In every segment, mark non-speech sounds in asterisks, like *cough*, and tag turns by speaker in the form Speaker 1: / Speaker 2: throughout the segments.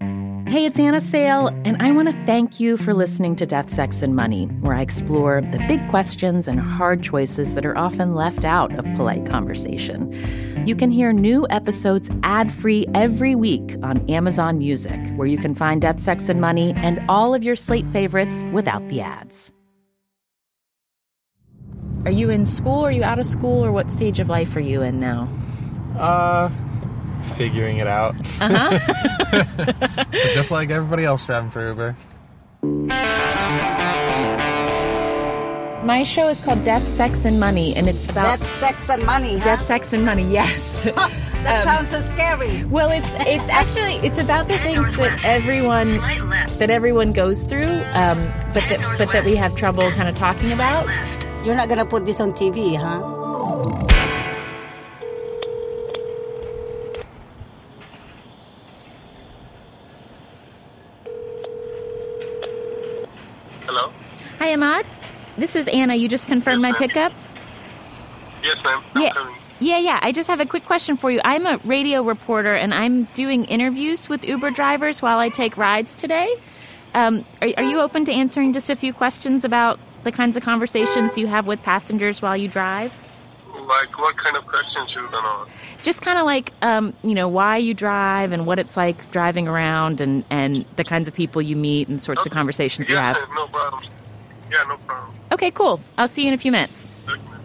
Speaker 1: Hey, it's Anna Sale, and I want to thank you for listening to Death, Sex, and Money, where I explore the big questions and hard choices that are often left out of polite conversation. You can hear new episodes ad free every week on Amazon Music, where you can find Death, Sex, and Money and all of your slate favorites without the ads. Are you in school? Are you out of school? Or what stage of life are you in now?
Speaker 2: Uh, figuring it out. But *laughs* just like everybody else driving for Uber.
Speaker 1: My show is called Death, Sex, and Money, and it's about
Speaker 3: That's um, sex and money, huh?
Speaker 1: death, sex, and money. Yes.
Speaker 3: that sounds so scary.
Speaker 1: Well, it's it's actually it's about the things that everyone that everyone goes through, um, but that but that we have trouble kind of talking about.
Speaker 3: You're not gonna put this on TV, huh?
Speaker 4: Hello?
Speaker 1: Hi, Ahmad. This is Anna. You just confirmed my pickup.
Speaker 4: Yes, ma'am. I'm
Speaker 1: Yeah.
Speaker 4: coming.
Speaker 1: Yeah, yeah. I just have a quick question for you. I'm a radio reporter, and I'm doing interviews with Uber drivers while I take rides today. Um, are, are you open to answering just a few questions about the kinds of conversations you have with passengers while you drive?
Speaker 4: Like, what kind of questions you gonna
Speaker 1: just kind of like um, you know why you drive and what it's like driving around and and the kinds of people you meet and sorts of conversations you
Speaker 4: Yeah,
Speaker 1: have.
Speaker 4: no problem. Yeah, no problem.
Speaker 1: Okay, cool. I'll see you in a few minutes.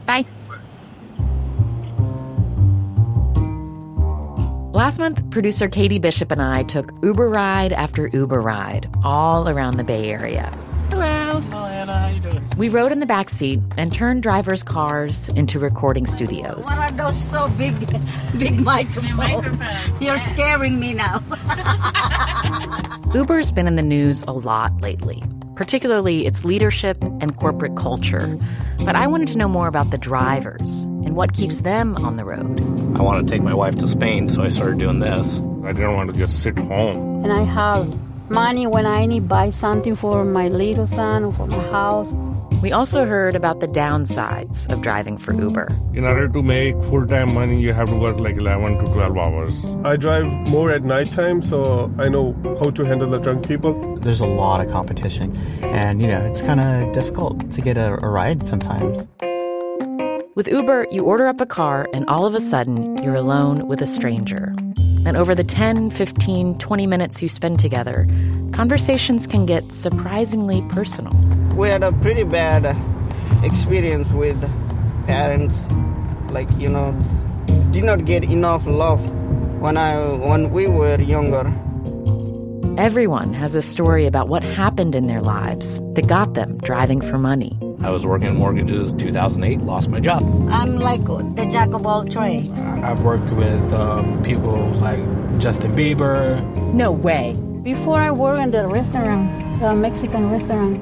Speaker 1: Bye. Last month, producer Katie Bishop and I took Uber ride after Uber ride all around the Bay Area. Hello.
Speaker 2: Well, Anna, how you doing?
Speaker 1: We rode in the back seat and turned drivers' cars into recording studios.
Speaker 3: What are those so big, *laughs* big microphones? You're scaring me now. *laughs*
Speaker 1: Uber's been in the news a lot lately, particularly its leadership and corporate culture. But I wanted to know more about the drivers and what keeps them on the road.
Speaker 5: I want to take my wife to Spain, so I started doing this.
Speaker 2: I didn't want to just sit home.
Speaker 6: and I have money when I need buy something for my little son or for my house.
Speaker 1: We also heard about the downsides of driving for Uber.
Speaker 7: In order to make full time money, you have to work like 11 to 12 hours.
Speaker 8: I drive more at nighttime, so I know how to handle the drunk people.
Speaker 5: There's a lot of competition, and you know, it's kind of difficult to get a, a ride sometimes.
Speaker 1: With Uber, you order up a car, and all of a sudden, you're alone with a stranger. And over the 10, 15, 20 minutes you spend together, conversations can get surprisingly personal.
Speaker 9: we had a pretty bad experience with parents like you know did not get enough love when i when we were younger
Speaker 1: Everyone has a story about what happened in their lives that got them driving for money.
Speaker 5: I was working at mortgages 2008, lost my job.
Speaker 3: I'm like the jack of all trades.
Speaker 10: I've worked with
Speaker 11: uh,
Speaker 10: um, people like Justin Bieber.
Speaker 1: No way.
Speaker 6: Before I work in the restaurant, the Mexican restaurant.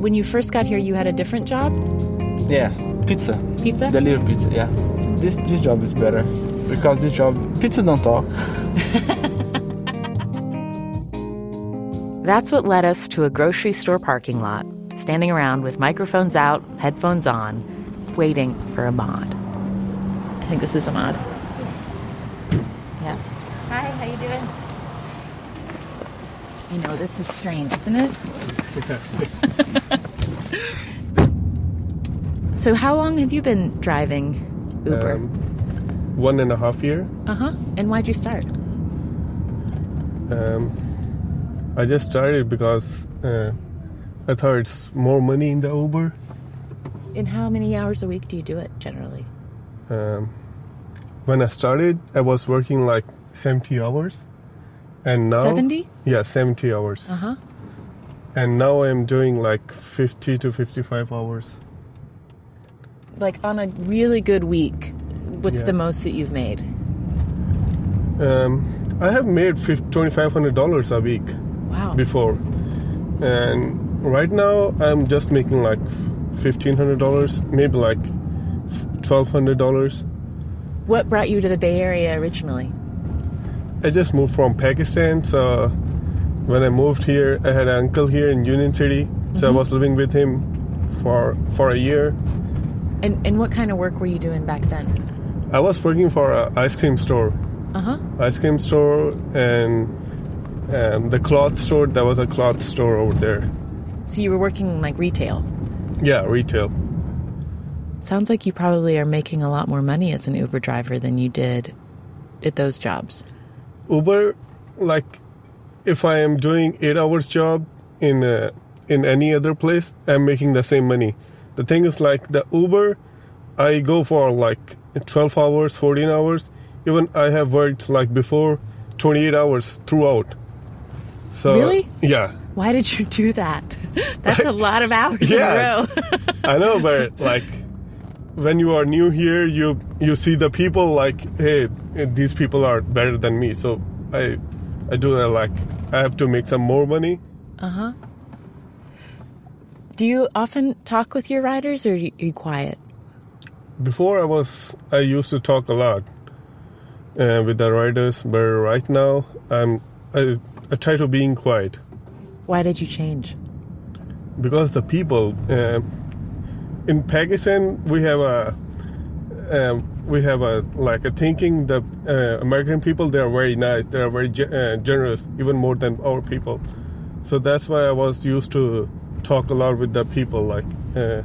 Speaker 1: When you first got here, you had a different job?
Speaker 9: yeah pizza
Speaker 1: Pizza?
Speaker 9: delivery pizza yeah this this job is better because this job pizza don't talk
Speaker 1: That's what led us to a grocery store parking lot, standing around with microphones out, headphones on, waiting for Ahmad. I think this is Ahmad. Yeah. Hi, how you doing? You know, this is strange, isn't it? *laughs* so, how long have you been driving Uber?
Speaker 8: Um, one and a half year.
Speaker 1: uh huh. And why'd you start?
Speaker 8: Um, I just started because uh, I thought it's more money in the Uber.
Speaker 1: And how many hours a week do you do it generally?
Speaker 8: Um, when I started, I was working like 70 hours, and now
Speaker 1: 70?
Speaker 8: Yeah, 70 hours.
Speaker 1: Uh huh.
Speaker 8: And now I'm doing like 50 to 55 hours.
Speaker 1: like on a really good week, what's
Speaker 8: Yeah.
Speaker 1: the most that you've made?
Speaker 8: Um, I have made fif- $2,500 a week.
Speaker 1: Wow.
Speaker 8: before and right now i'm just making like $1500 maybe like $1200
Speaker 1: What brought you to the Bay Area originally?
Speaker 8: i just moved from pakistan so when i moved here i had an uncle here in union city so i was living with him for for a year
Speaker 1: And and what kind of work were you doing back then?
Speaker 8: i was working for an ice cream store
Speaker 1: Uh huh.
Speaker 8: ice cream store and and the cloth store. There was a cloth store over there.
Speaker 1: So you were working like retail.
Speaker 8: Yeah, retail.
Speaker 1: Sounds like you probably are making a lot more money as an Uber driver than you did at those jobs.
Speaker 8: Uber, like, if I am doing eight hours job in uh, in any other place, I'm making the same money. The thing is, like the Uber, I go for like twelve hours, fourteen hours. Even I have worked like before, twenty-eight hours throughout. So
Speaker 1: Really?
Speaker 8: yeah,
Speaker 1: Why did you do that? *laughs* That's a lot of hours
Speaker 8: Yeah.
Speaker 1: in a row. *laughs*
Speaker 8: I know, but like when you are new here, you you see the people like, hey, these people are better than me. So I I do that like I have to make some more money.
Speaker 1: Uh huh. Do you often talk with your riders or are you- are you quiet?
Speaker 8: Before I was I used to talk a lot uh, with the riders, but right now I'm I, I try to being quiet
Speaker 1: Why did you change?
Speaker 8: because the people uh, in Pakistan we have a um, we have a like a thinking the uh, American people they are very nice they are very ge- uh, generous even more than our people so that's why I was used to talk a lot with the people like uh,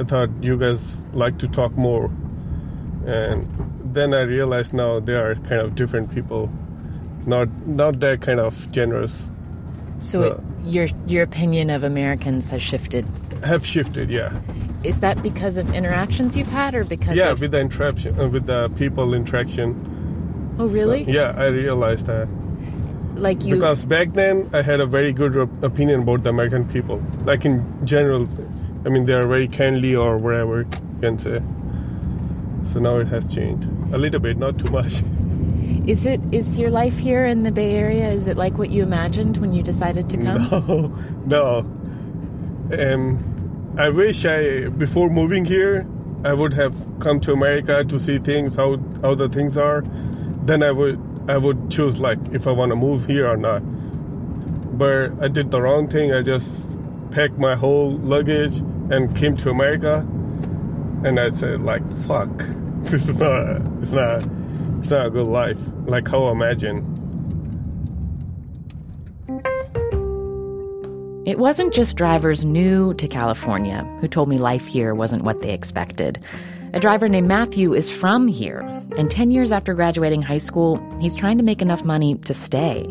Speaker 8: I thought you guys like to talk more and then I realized now they are kind of different people not not that kind of generous
Speaker 1: So it, your your opinion of Americans has shifted.
Speaker 8: have shifted yeah
Speaker 1: Is that because of interactions you've had or because
Speaker 8: yeah
Speaker 1: of
Speaker 8: with the interaction uh, with the people interaction
Speaker 1: Oh really?
Speaker 8: So, yeah i realized that
Speaker 1: Like you
Speaker 8: because back then i had a very good op- opinion about the american people like in general i mean they are very kindly or whatever you can say so now it has changed a little bit not too much *laughs*
Speaker 1: Is it is your life here in the Bay Area? Is it like what you imagined when you decided to come?
Speaker 8: No, *laughs* no. Um, I wish I before moving here, I would have come to America to see things how how the things are. Then I would I would choose like if I want to move here or not. But I did the wrong thing. I just packed my whole luggage and came to America, and I said like fuck, *laughs* this is not it's not it's not a good life like how I imagined.
Speaker 1: It wasn't just drivers new to California who told me life here wasn't what they expected. A driver named Matthew is from here, and 10 years after graduating high school, he's trying to make enough money to stay.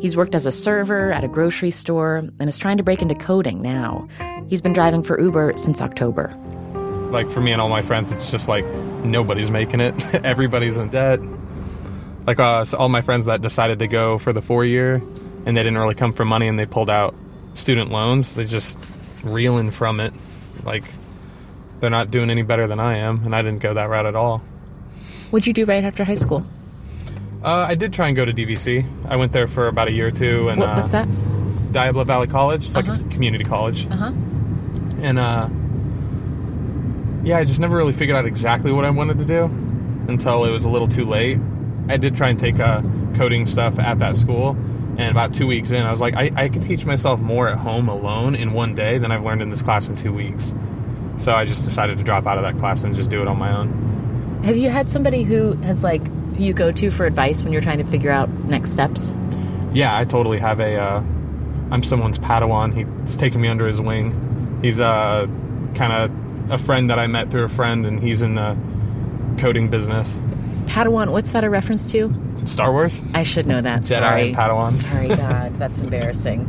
Speaker 1: He's worked as a server at a grocery store and is trying to break into coding now. He's been driving for Uber since October.
Speaker 2: Like for me and all my friends, it's just like nobody's making it. *laughs* Everybody's in debt. Like uh, so all my friends that decided to go for the four year, and they didn't really come from money, and they pulled out student loans. They just reeling from it. Like they're not doing any better than I am, and I didn't go that route at all.
Speaker 1: What'd you do right after high school?
Speaker 2: Uh, I did try and go to DVC. I went there for about a year or two. And
Speaker 1: What-
Speaker 2: uh,
Speaker 1: what's that? Uh-huh.
Speaker 2: Diablo Valley College. It's like a community college.
Speaker 1: Uh huh.
Speaker 2: And uh, yeah, I just never really figured out exactly what I wanted to do until it was a little too late. I did try and take uh, coding stuff at that school, and about two weeks in, I was like, I, I could teach myself more at home alone in one day than I've learned in this class in two weeks. So I just decided to drop out of that class and just do it on my own.
Speaker 1: Have you had somebody who has like who you go to for advice when you're trying to figure out next steps?
Speaker 2: Yeah, I totally have a. Uh, I'm someone's Padawan. He's taken me under his wing. He's uh, kind of a friend that I met through a friend, and he's in the coding business.
Speaker 1: Padawan, what's that a reference to?
Speaker 2: Star Wars.
Speaker 1: I should know that.
Speaker 2: Jedi
Speaker 1: Sorry,
Speaker 2: and Padawan.
Speaker 1: Sorry,
Speaker 2: *laughs*
Speaker 1: God, that's embarrassing.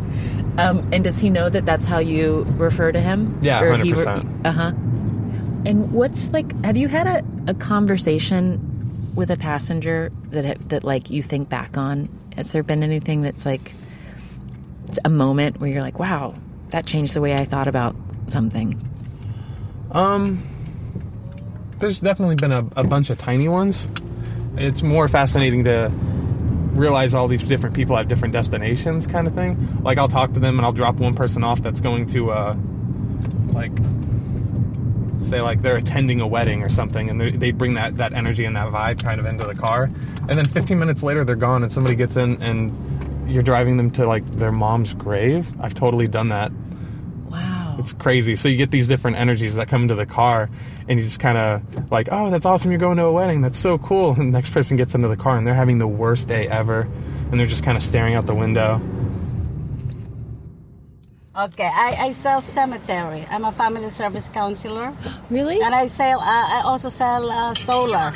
Speaker 1: Um, and does he know that that's how you refer to him?
Speaker 2: Yeah,
Speaker 1: he
Speaker 2: 100%.
Speaker 1: Uh huh. And what's like? Have you had a, a conversation with a passenger that ha- that like you think back on? Has there been anything that's like a moment where you're like, wow, that changed the way I thought about something?
Speaker 2: Um, there's definitely been a, a bunch of tiny ones. It's more fascinating to realize all these different people have different destinations, kind of thing. Like I'll talk to them and I'll drop one person off that's going to, uh, like, say like they're attending a wedding or something, and they- they bring that that energy and that vibe kind of into the car. And then 15 minutes later, they're gone, and somebody gets in and you're driving them to like their mom's grave. I've totally done that.
Speaker 1: Wow.
Speaker 2: It's crazy. So you get these different energies that come into the car, and you just kind of like, oh, that's awesome. You're going to a wedding. That's so cool. And the next person gets into the car, and they're having the worst day ever, and they're just kind of staring out the window.
Speaker 3: Okay, I, I sell cemetery. I'm a family service counselor.
Speaker 12: Really?
Speaker 3: And I sell. Uh, I also sell uh, solar.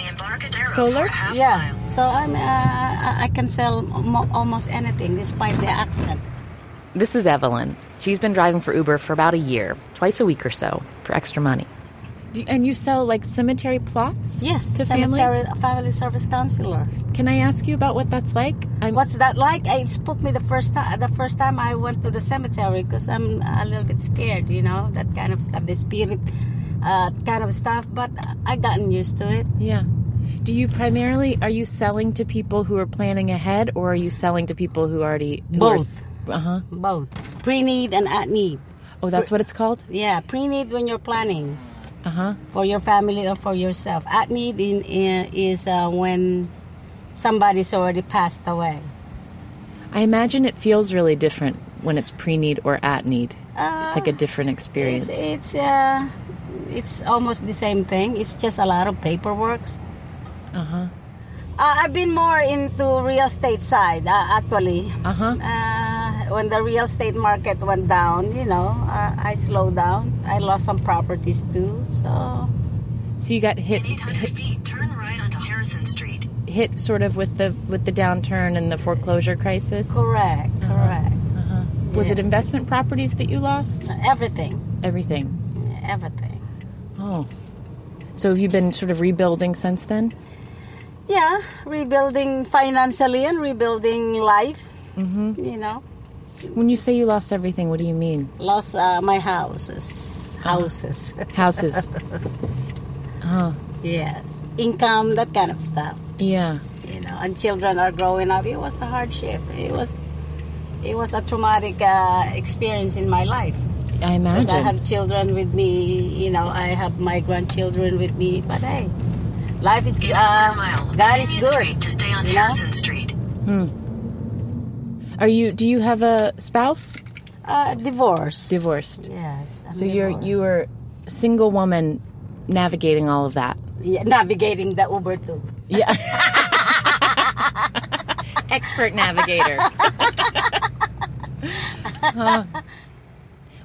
Speaker 12: Solar?
Speaker 3: Yeah. So I'm. Uh, I I can sell mo- almost anything, despite the accent.
Speaker 1: This is Evelyn. She's been driving for Uber for about a year, twice a week or so, for extra money.
Speaker 12: Do- And you sell like cemetery plots?
Speaker 3: Yes,
Speaker 12: to
Speaker 3: cemetery
Speaker 12: families.
Speaker 3: family service counselor.
Speaker 12: Can I ask you about what that's like? I'm,
Speaker 3: What's that like? It spooked me the first time. The first time I went to the cemetery because I'm a little bit scared, you know, that kind of stuff, the spirit, uh, kind of stuff. But I gotten used to it.
Speaker 12: Yeah. Do you primarily are you selling to people who are planning ahead, or are you selling to people who already who are-
Speaker 3: Both.
Speaker 12: Uh-huh.
Speaker 3: Both. Pre-need and at-need.
Speaker 12: Oh, that's what it's called.
Speaker 3: Yeah, pre-need when you're planning
Speaker 12: Uh huh.
Speaker 3: for your family or for yourself. At-need in, in, is uh, when somebody's already passed away.
Speaker 12: I imagine it feels really different when it's pre need or at need. it's like a different experience.
Speaker 3: Uh, It's it's uh, it's almost the same thing. It's just a lot of paperwork.
Speaker 12: uh huh.
Speaker 3: Uh, I've been more into real estate side uh, actually.
Speaker 12: Uh-huh.
Speaker 3: Uh, when the real estate market went down, you know, uh, I slowed down. I lost some properties too. So
Speaker 12: So you got hit. hit
Speaker 13: Turn right onto Harrison Street.
Speaker 12: hit sort of with the with the downturn and the foreclosure crisis.
Speaker 13: Oh,
Speaker 3: Correct. Correct.
Speaker 12: Was it
Speaker 3: Yes.
Speaker 12: investment properties that you lost?
Speaker 3: Everything.
Speaker 12: Everything.
Speaker 3: Everything.
Speaker 12: Oh. So have you been sort of rebuilding since then?
Speaker 3: Yeah, rebuilding financially and rebuilding life. Mm-hmm. You know,
Speaker 12: When you say you lost everything, what do you mean?
Speaker 3: lost uh, my houses, houses, *laughs*
Speaker 12: Houses. Oh,
Speaker 3: yes, income, that kind of stuff.
Speaker 12: yeah.
Speaker 3: you know, and children are growing up. It was a hardship. It was, it was a traumatic uh, experience in my life.
Speaker 12: I
Speaker 3: 'Cause I
Speaker 12: imagine.
Speaker 3: have children with me. You know, I have my grandchildren with me. But hey, life is
Speaker 13: In a
Speaker 3: uh,
Speaker 13: quarter mile,
Speaker 3: God is
Speaker 13: continue
Speaker 3: good.
Speaker 13: straight to stay on
Speaker 3: you know?
Speaker 13: Harrison Street.
Speaker 12: Hmm. Are you? Do you have a spouse?
Speaker 3: Uh, divorced.
Speaker 12: Divorced.
Speaker 3: Yes. I'm
Speaker 12: so you're
Speaker 3: divorced.
Speaker 12: you are single woman navigating all of that.
Speaker 3: Yeah, navigating the Uber too.
Speaker 12: Yeah. *laughs* Expert navigator. Huh.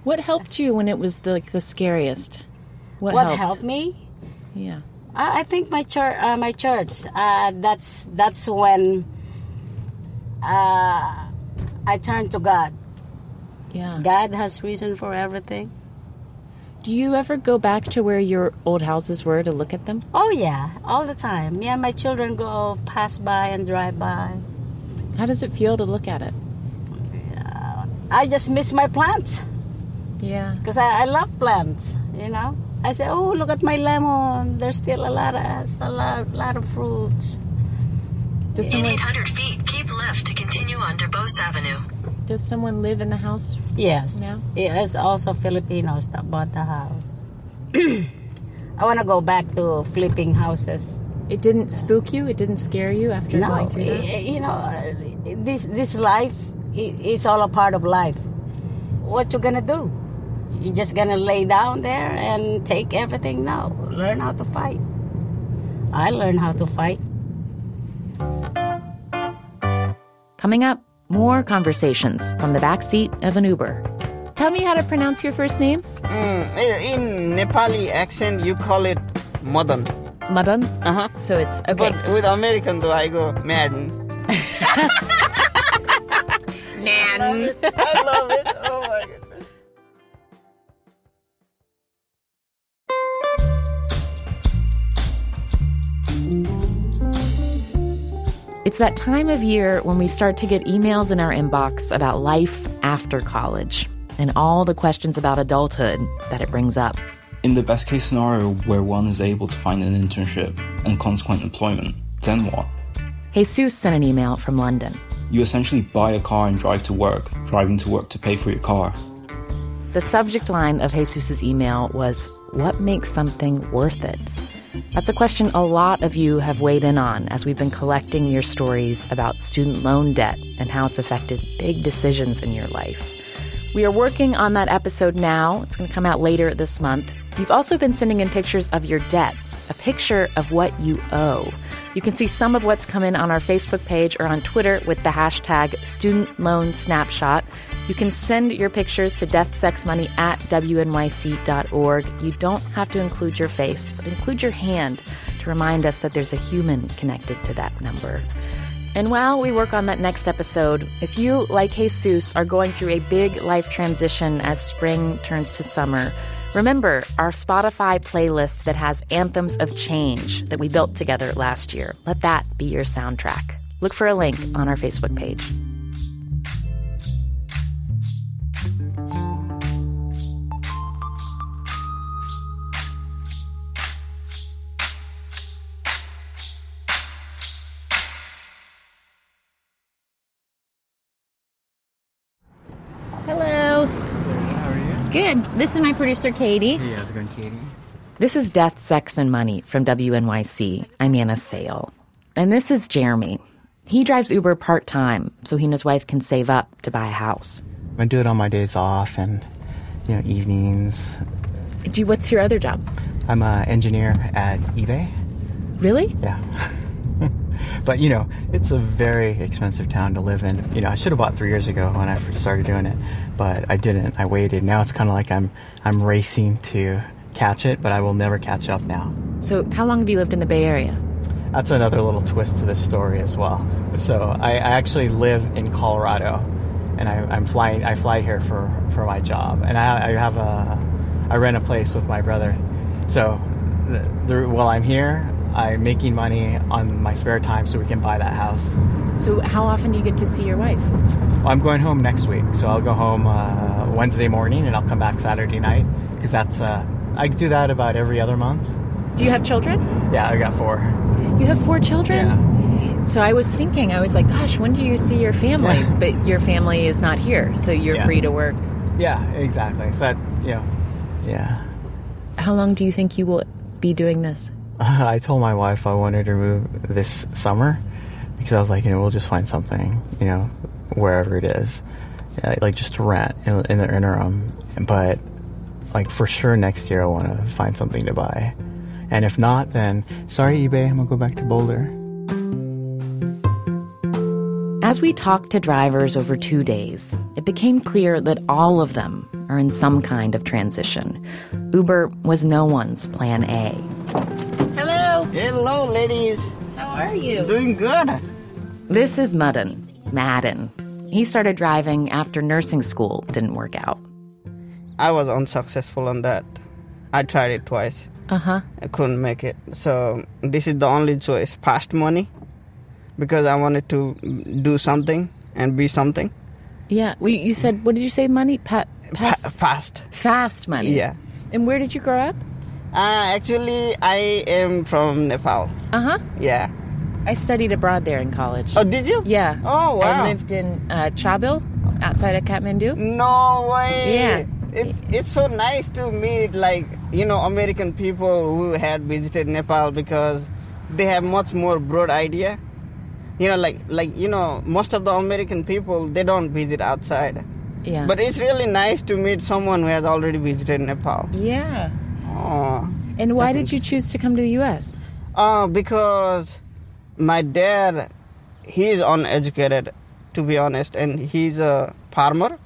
Speaker 12: What helped you when it was the, like the scariest? What, helped?
Speaker 3: me?
Speaker 12: Yeah.
Speaker 3: I I think my church, uh, my church. Uh, that's that's when uh, I turned to God.
Speaker 12: Yeah.
Speaker 3: God has reason for everything.
Speaker 12: Do you ever go back to where your old houses were to look at them?
Speaker 3: Oh yeah, all the time. Me and my children go pass by and drive by.
Speaker 12: How does it feel to look at it?
Speaker 3: I just miss my plants
Speaker 12: Yeah.
Speaker 3: because I, I love plants. You know, I say, oh look at my lemon. There's still a lot of still a lot, lot of fruits.
Speaker 12: Does
Speaker 13: In
Speaker 12: someone
Speaker 13: 800 feet, keep left to continue on DeBose Avenue.
Speaker 12: does someone live in the house?
Speaker 3: Yes.
Speaker 12: No?
Speaker 3: It is also Filipinos that bought the house. *clears throat* I want to go back to flipping houses.
Speaker 12: It didn't spook you? It didn't scare you after going through that?
Speaker 3: eh, you know, uh, this this life i it's all a part of life. What you gonna do? You just gonna lay down there and take everything? No, learn how to fight. I learned how to fight.
Speaker 1: Coming up, more conversations from the backseat of an Uber.
Speaker 12: Tell me how to pronounce your first name.
Speaker 9: Mm, eh, in Nepali accent, you call it madan.
Speaker 12: Madan?
Speaker 9: Uh huh.
Speaker 12: So it's okay.
Speaker 9: But with American though, I go *laughs* madden.
Speaker 12: Nan.
Speaker 9: I love it. Oh my god.
Speaker 1: It's that time of year when we start to get emails in our inbox about life after college and all the questions about adulthood that it brings up.
Speaker 11: In the best case scenario where one is able to find an internship and consequent employment, then what?
Speaker 1: Jesus sent an email from London.
Speaker 11: You essentially buy a car and drive to work, driving to work to pay for your car.
Speaker 1: The subject line of Jesus's email was What makes something worth it? That's a question a lot of you have weighed in on as we've been collecting your stories about student loan debt and how it's affected big decisions in your life. We are working on that episode now. It's going to come out later this month. You've also been sending in pictures of your debt, a picture of what you owe. You can see some of what's come in on our Facebook page or on Twitter with the hashtag student loan snapshot. You can send your pictures to deathsexmoney at wnyc.org. You don't have to include your face, but include your hand to remind us that there's a human connected to that number. And while we work on that next episode, if you, like Jesus, are going through a big life transition as spring turns to summer, remember our Spotify playlist that has anthems of change that we built together last year. Let that be your soundtrack. Look for a link on our Facebook page.
Speaker 14: Hello.
Speaker 5: How are you?
Speaker 14: Good. This is my producer, Katie.
Speaker 5: Yeah, how's it going, Katie?
Speaker 1: This is Death, Sex, and Money from WNYC. I'm Anna Sale. And this is Jeremy. He drives Uber part time so he and his wife can save up to buy a house.
Speaker 5: I do it on my days off and you know evenings.
Speaker 12: Do you, what's your other job?
Speaker 5: I'm an engineer at eBay,
Speaker 12: Really?
Speaker 5: Yeah. *laughs* but you know it's a very expensive town to live in. You know I should have bought three years ago when I first started doing it, but I didn't. I waited. Now it's kind of like I'm I'm racing to catch it, but I will never catch up now.
Speaker 12: So, how long have you lived in the Bay Area?
Speaker 5: That's another little twist to this story as well. So I, I actually live in Colorado, and I, I'm flying. I fly here for, for my job, and I, I have a I rent a place with my brother. So the, the, while I'm here, I'm making money on my spare time so we can buy that house.
Speaker 12: So, how often do you get to see your wife?
Speaker 5: I'm going home next week, so I'll go home uh, Wednesday morning, and I'll come back Saturday night because that's uh, I do that about every other month.
Speaker 12: Do you have children?
Speaker 5: Yeah, I got four.
Speaker 12: You have four children? So, I was thinking, I was like, gosh, when do you see your family? But your family is not here, so you're
Speaker 5: Yeah.
Speaker 12: free to work.
Speaker 5: Yeah, exactly. So that's you know, yeah. *laughs*
Speaker 12: How long do you think you will be doing this?
Speaker 5: I told my wife I wanted to move this summer because I was like, you know, we'll just find something, you know, wherever it is, yeah, like just to rent in, in the interim. But like for sure next year, I want to find something to buy, and if not, then sorry eBay, I'm gonna go back to Boulder.
Speaker 1: As we talked to drivers over two days, it became clear that all of them are in some kind of transition. Uber was no one's plan A.
Speaker 14: Hello.
Speaker 9: Hello, ladies.
Speaker 14: How are you?
Speaker 9: Doing good.
Speaker 1: This is Mudden, Madden. He started driving after nursing school didn't work out.
Speaker 9: I was unsuccessful on that. I tried it twice.
Speaker 12: Uh huh.
Speaker 9: I couldn't make it. So this is the only choice. Past money, because I wanted to do something and be something.
Speaker 12: Yeah. Well, you said, what did you say, money? Pa- pass-
Speaker 9: fast.
Speaker 12: Fast money.
Speaker 9: Yeah.
Speaker 12: And where did you grow up?
Speaker 9: Uh, actually, I am from Nepal.
Speaker 12: Uh huh.
Speaker 9: Yeah.
Speaker 12: I studied abroad there in college.
Speaker 9: Uh-huh. Oh, did you?
Speaker 12: Yeah.
Speaker 9: Oh, wow.
Speaker 12: I lived in uh, Chabil, outside of Kathmandu.
Speaker 9: No way.
Speaker 12: Yeah.
Speaker 9: It's it's so nice to meet like you know American people who had visited Nepal because they have much more broad idea. You know, like like you know most of the American people they don't visit outside.
Speaker 12: Yeah.
Speaker 9: But it's really nice to meet someone who has already visited Nepal.
Speaker 12: Yeah.
Speaker 9: Oh.
Speaker 12: And why did you choose to come to the U.S.?
Speaker 9: Uh, because my dad, he's uneducated, to be honest, and he's a farmer.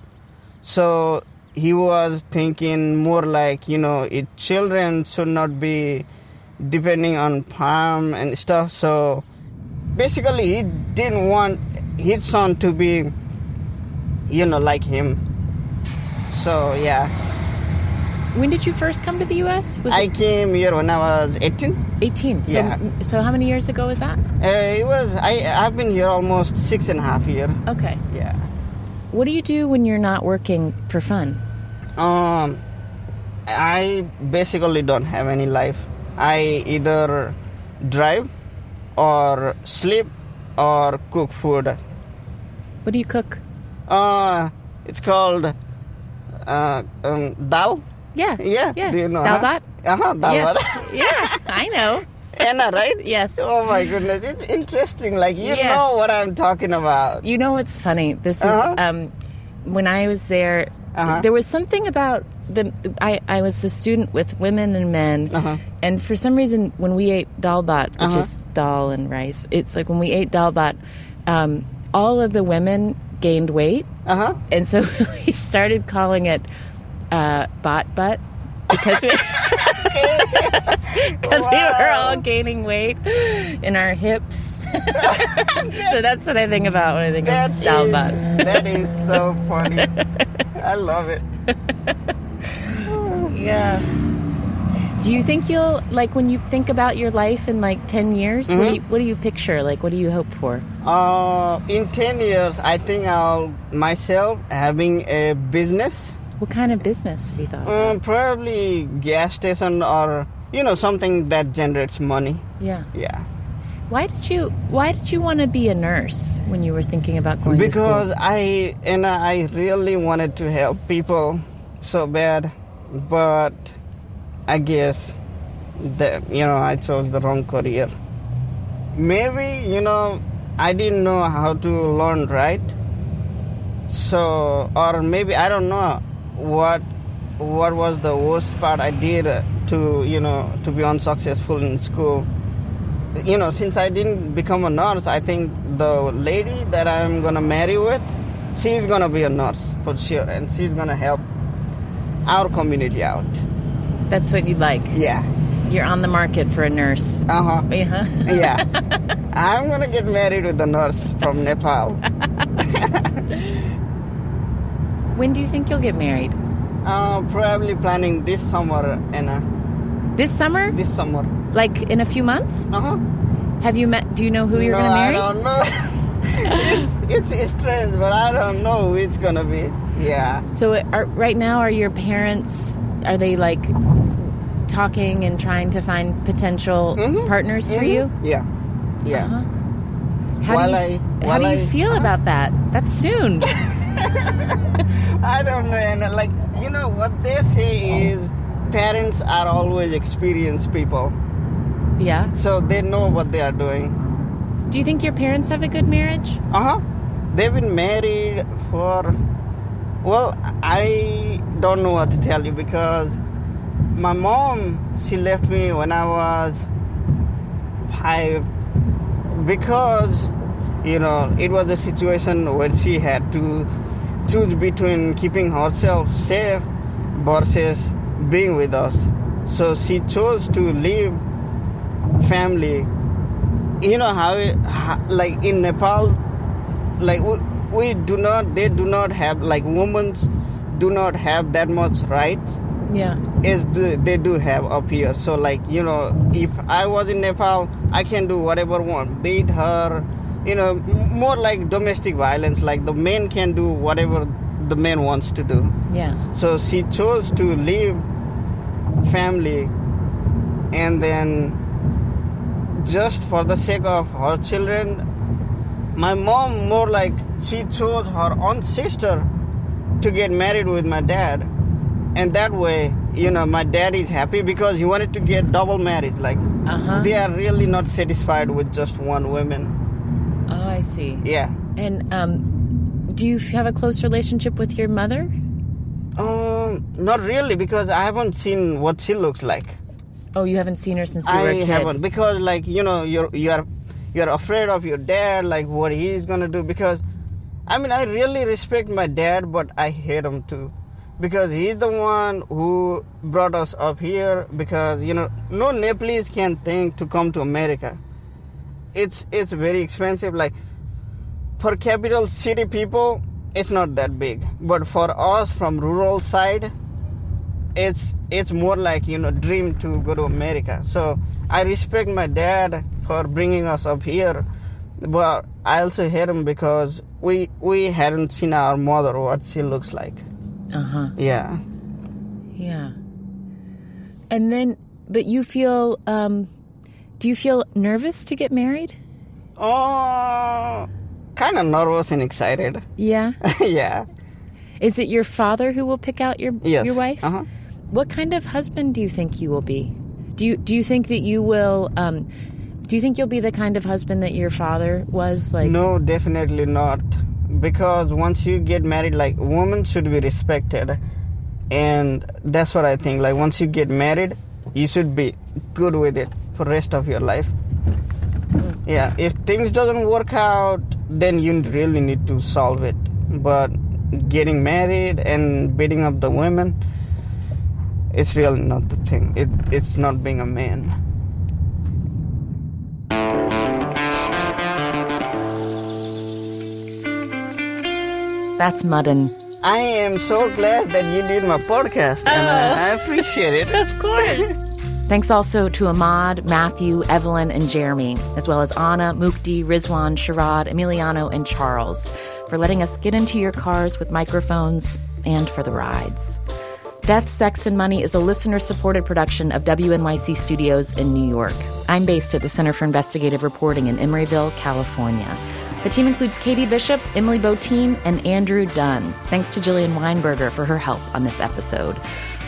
Speaker 9: So he was thinking more like, you know, it, children should not be depending on farm and stuff. So basically, he didn't want his son to be, you know, like him. So yeah.
Speaker 12: When did you first come to the U.S.? Was
Speaker 9: I
Speaker 12: it
Speaker 9: came here when I was 18.
Speaker 12: 18? So,
Speaker 9: yeah.
Speaker 12: so how many years ago was that?
Speaker 9: Uh, it was I. I've been here almost six and a half year.
Speaker 12: Okay.
Speaker 9: Yeah.
Speaker 12: What do you do when you're not working for fun?
Speaker 9: Um, I basically don't have any life. I either drive, or sleep, or cook food.
Speaker 12: What do you cook?
Speaker 9: Uh, it's called uh um, dal.
Speaker 12: Yeah.
Speaker 9: Yeah.
Speaker 12: Yeah.
Speaker 9: Do you know?
Speaker 12: Dal bhat?
Speaker 9: Uh huh. Dal
Speaker 12: yeah.
Speaker 9: bhat. *laughs*
Speaker 12: yeah, I know.
Speaker 9: Anna, right?
Speaker 12: Yes.
Speaker 9: Oh my goodness, it's interesting. Like you
Speaker 12: Yeah.
Speaker 9: know what I'm talking about.
Speaker 12: You know what's funny? This is
Speaker 9: Uh-huh.
Speaker 12: um, when I was there.
Speaker 9: Uh-huh.
Speaker 1: There was something about the. I, I was a student with women and men,
Speaker 9: Uh-huh.
Speaker 1: and for some reason, when we ate dalbat, which
Speaker 15: Uh-huh.
Speaker 1: is dal and rice, it's like when we ate dalbat, um, all of the women gained weight,
Speaker 9: uh-huh.
Speaker 1: and so *laughs* we started calling it uh, bot butt because we. Because we were all gaining weight in our hips. *laughs* so that's what I think about when I think *laughs* of dalbat.
Speaker 9: that is so funny. I love it.
Speaker 1: Yeah. Do you think you'll like when you think about your life in like ten years? What, do
Speaker 9: Mhm.
Speaker 1: you, what do you picture? Like, what do you hope for?
Speaker 9: Uh, in 10 years, I think I'll myself having a business.
Speaker 1: What kind of business have you thought?
Speaker 9: Um, probably gas station or, you know, something that generates money.
Speaker 1: Yeah.
Speaker 9: Yeah.
Speaker 1: Why did you Why did you want to be a nurse when you were thinking about going to school?
Speaker 9: because I and I really wanted to help people so bad, but I guess that you know I chose the wrong career. Maybe you know I didn't know how to learn right, so or maybe I don't know what what was the worst part I did to you know to be unsuccessful in school you know, since I didn't become a nurse, I think the lady that I'm gonna marry with, she's gonna be a nurse for sure, and she's gonna help our community out.
Speaker 1: That's what you'd like.
Speaker 9: Yeah.
Speaker 1: You're on the market for a nurse.
Speaker 9: Uh huh.
Speaker 1: Yeah. *laughs*
Speaker 9: yeah. I'm gonna get married with a nurse
Speaker 1: *laughs*
Speaker 9: from Nepal.
Speaker 1: When do you think you'll get married?
Speaker 9: Uh, probably planning this summer, Anna.
Speaker 1: This summer?
Speaker 9: This summer.
Speaker 1: Like in a few months?
Speaker 9: Uh huh.
Speaker 1: Have you met? Do you know who you're
Speaker 9: no,
Speaker 1: going to marry?
Speaker 9: I don't
Speaker 1: *laughs*
Speaker 9: know. it's, it's strange, but I don't know who it's gonna be. Yeah.
Speaker 1: So uh, are, right now, are your parents are they like talking and trying to find potential partners for you? Uh-huh.
Speaker 9: Mhm. Mm-hmm. Yeah. Yeah.
Speaker 1: How do
Speaker 9: While
Speaker 1: you,
Speaker 9: I-
Speaker 1: how
Speaker 9: while
Speaker 1: do you
Speaker 9: I- uh-huh.
Speaker 1: feel about that? That's
Speaker 9: *laughs*
Speaker 1: soon.
Speaker 9: I don't know. And uh, like, you know, what they say is parents are always experienced people.
Speaker 1: Yeah.
Speaker 9: So they know what they are doing.
Speaker 1: do you think your parents have a good marriage?
Speaker 9: Uh huh. They've been married for. Well, I don't know what to tell you because my mom, she left me when I was five because, you know, it was a situation where she had to choose between keeping herself safe versus being with us. So she chose to leave family you know how, it, how like in nepal like we, we do not they do not have like women do not have that much rights
Speaker 1: Yeah.
Speaker 9: as do, they do have up here so like you know if i was in nepal i can do whatever I want beat her you know m- more like domestic violence like the men can do whatever the man wants to do
Speaker 1: Yeah.
Speaker 9: so she chose to leave family and then just for the sake of her children my mom more like she chose her own sister to get married with my dad and that way you know my dad is happy because he wanted to get double marriage like
Speaker 1: Uh-huh.
Speaker 9: they are really not satisfied with just one woman
Speaker 1: Oh, I see.
Speaker 9: yeah
Speaker 1: And um, do you f- have a close relationship with your mother?
Speaker 9: um not really because i haven't seen what she looks like
Speaker 1: Oh, you haven't seen her since you
Speaker 9: I
Speaker 1: were a kid.
Speaker 9: haven't because like you know you're you're you're afraid of your dad like what he's gonna do because I mean I really respect my dad but I hate him too because he's the one who brought us up here because you know no Nepalese can think to come to America it's it's very expensive like for capital city people it's not that big but for us from rural side it's it's more like you know dream to go to america so i respect my dad for bringing us up here but i also hate him because we we hadn't seen our mother what she looks like
Speaker 1: Uh huh.
Speaker 9: yeah
Speaker 1: Yeah. And then, but you feel, um, do you feel nervous to get married?
Speaker 9: Oh, kind of nervous and excited *laughs*
Speaker 1: Yeah.
Speaker 9: yeah
Speaker 1: *laughs* Is it your father who will pick out your
Speaker 9: Yes.
Speaker 1: your wife?
Speaker 9: Uh-huh.
Speaker 1: What kind of husband do you think you will be? Do you do you think that you will? Um, do you think you'll be the kind of husband that your father was like?
Speaker 9: no definitely not because once you get married like women should be respected and that's what i think like once you get married you should be good with it for rest of your life yeah if things doesn't work out then you really need to solve it but getting married and beating up the women it's really not the thing it, it's not being a man
Speaker 1: That's Mudden.
Speaker 9: I am so glad that you did my podcast, and I appreciate it.
Speaker 1: Of course. Thanks also to Ahmad, Matthew, Evelyn, and Jeremy, as well as Anna, Mukti, Rizwan, Sharad, Emiliano, and Charles, for letting us get into your cars with microphones and for the rides. Death, Sex, and Money is a listener supported production of WNYC Studios in New York. I'm based at the Center for Investigative Reporting in Emeryville, California. The team includes Katie Bishop, Emily Botine, and Andrew Dunn. Thanks to Jillian Weinberger for her help on this episode.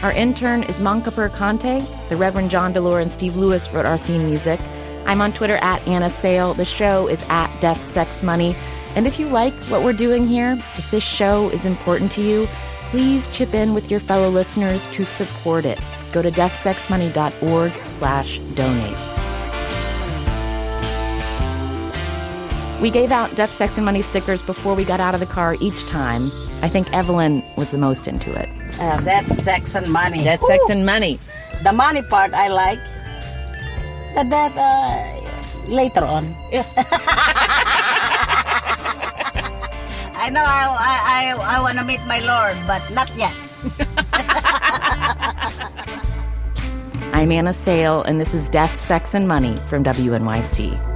Speaker 1: Our intern is Mankapur Conte. The Reverend John Delore and Steve Lewis wrote our theme music. I'm on Twitter at Anna Sale. The show is at Death, Sex, Money. And if you like what we're doing here, if this show is important to you, please chip in with your fellow listeners to support it. Go to deathsexmoney.org slash donate. We gave out Death, Sex, and Money stickers before we got out of the car each time. I think Evelyn was the most into it.
Speaker 3: Uh, that's sex and money.
Speaker 1: That's sex and money.
Speaker 3: The money part I like. The death uh, later on. *laughs* I know I, I, I, I want to meet my Lord, but not yet.
Speaker 1: I'm Anna Sale, and this is Death, Sex, and Money from WNYC.